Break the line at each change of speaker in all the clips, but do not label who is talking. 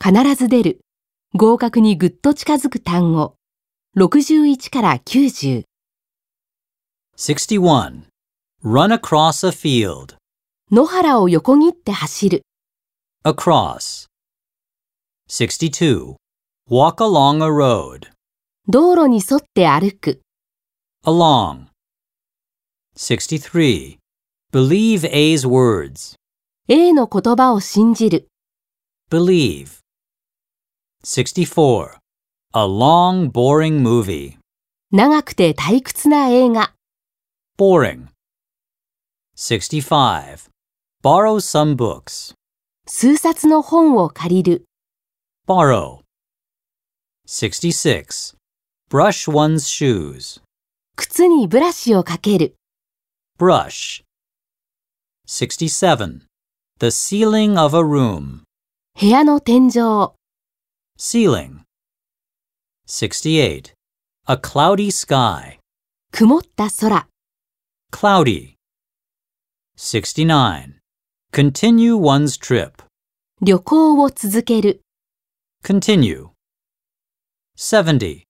必ず出る、合格にぐっと近づく単語、61から90。
61. Run across a field.
野原を横切って走る。
Across. 62. Walk along a road.
道路に沿って歩く。
Along. 63. Believe A's words.
A の言葉を信じる。
Believe. 64. A long, boring movie.
長くて退屈な映画。
Boring. 65. Borrow some books.
数冊の本を借りる。
Borrow. 66. Brush one's shoes.
靴にブラシをかける。
Brush. 67. The ceiling of a room.
部屋の天井。
Ceiling. 68. A cloudy sky.
曇った空。
Cloudy. 69. Continue one's trip.
旅行を続ける。
Continue. 70.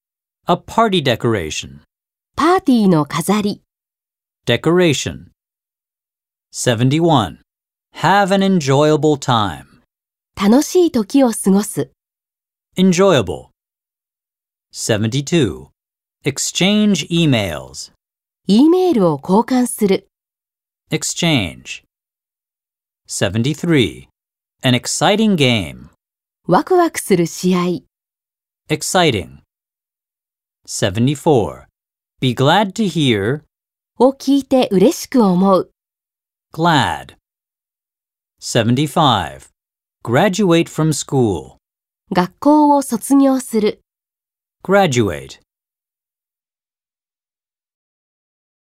A party decoration.
パーティーの飾り。
Decoration. 71. Have an enjoyable time.
楽しい時を過ごす。
Enjoyable. 72. Exchange emails.
E メールを交換する。
Exchange. 73. An exciting game.
ワクワクする試合。
Exciting. 74. Be glad to hear.
を聞いて嬉しく思う。
Glad. 75. Graduate from school.
学校を卒業する。
Graduate.